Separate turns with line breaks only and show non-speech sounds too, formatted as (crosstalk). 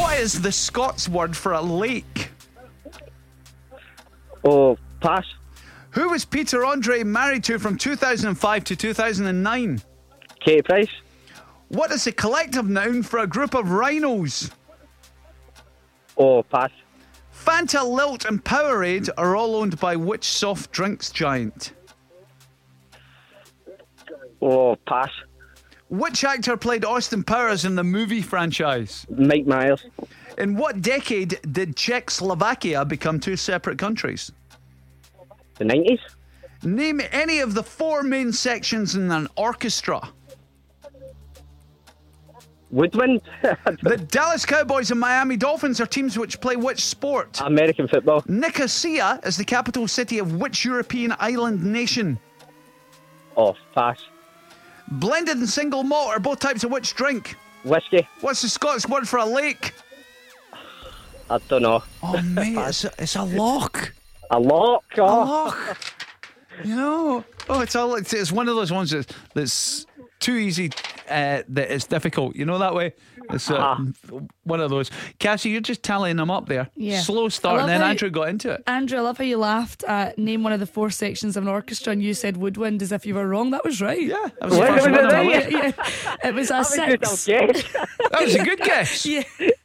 is the Scots word for a lake?
Oh, pass.
Who was Peter Andre married to from 2005 to 2009?
Katie Price.
What is the collective noun for a group of rhinos?
Oh, pass.
Fanta, Lilt, and Powerade are all owned by which soft drinks giant?
Oh, pass.
Which actor played Austin Powers in the movie franchise?
Mike Myers.
In what decade did Czechoslovakia become two separate countries?
The 90s.
Name any of the four main sections in an orchestra.
Woodwind.
The Dallas Cowboys and Miami Dolphins are teams which play which sport?
(laughs) American football.
Nicosia is the capital city of which European island nation?
Oh, pass.
Blended and single malt are both types of which drink?
Whiskey.
What's the Scots word for a lake?
I don't know.
Oh, mate, it's a, it's a lock.
A lock.
A
Oh.
lock. You know? Oh, it's all, it's, it's one of those ones that's, that's too easy, uh, that it's difficult. You know that way? It's uh,
Ah.
one of those. Cassie, you're just tallying them up there.
Yeah.
Slow
I
start,
love
and then
how-
Andrew got into it.
Andrew, I love how you laughed at name one of the four sections of an orchestra and you said woodwind as if you were wrong. That was right.
Yeah, that was, the
Wait,
first
(laughs)
wait,
one on
wait,
my
wait.
list.
Yeah, It was a
That was a good
six.
old guess.
that was a good guess.
Yeah.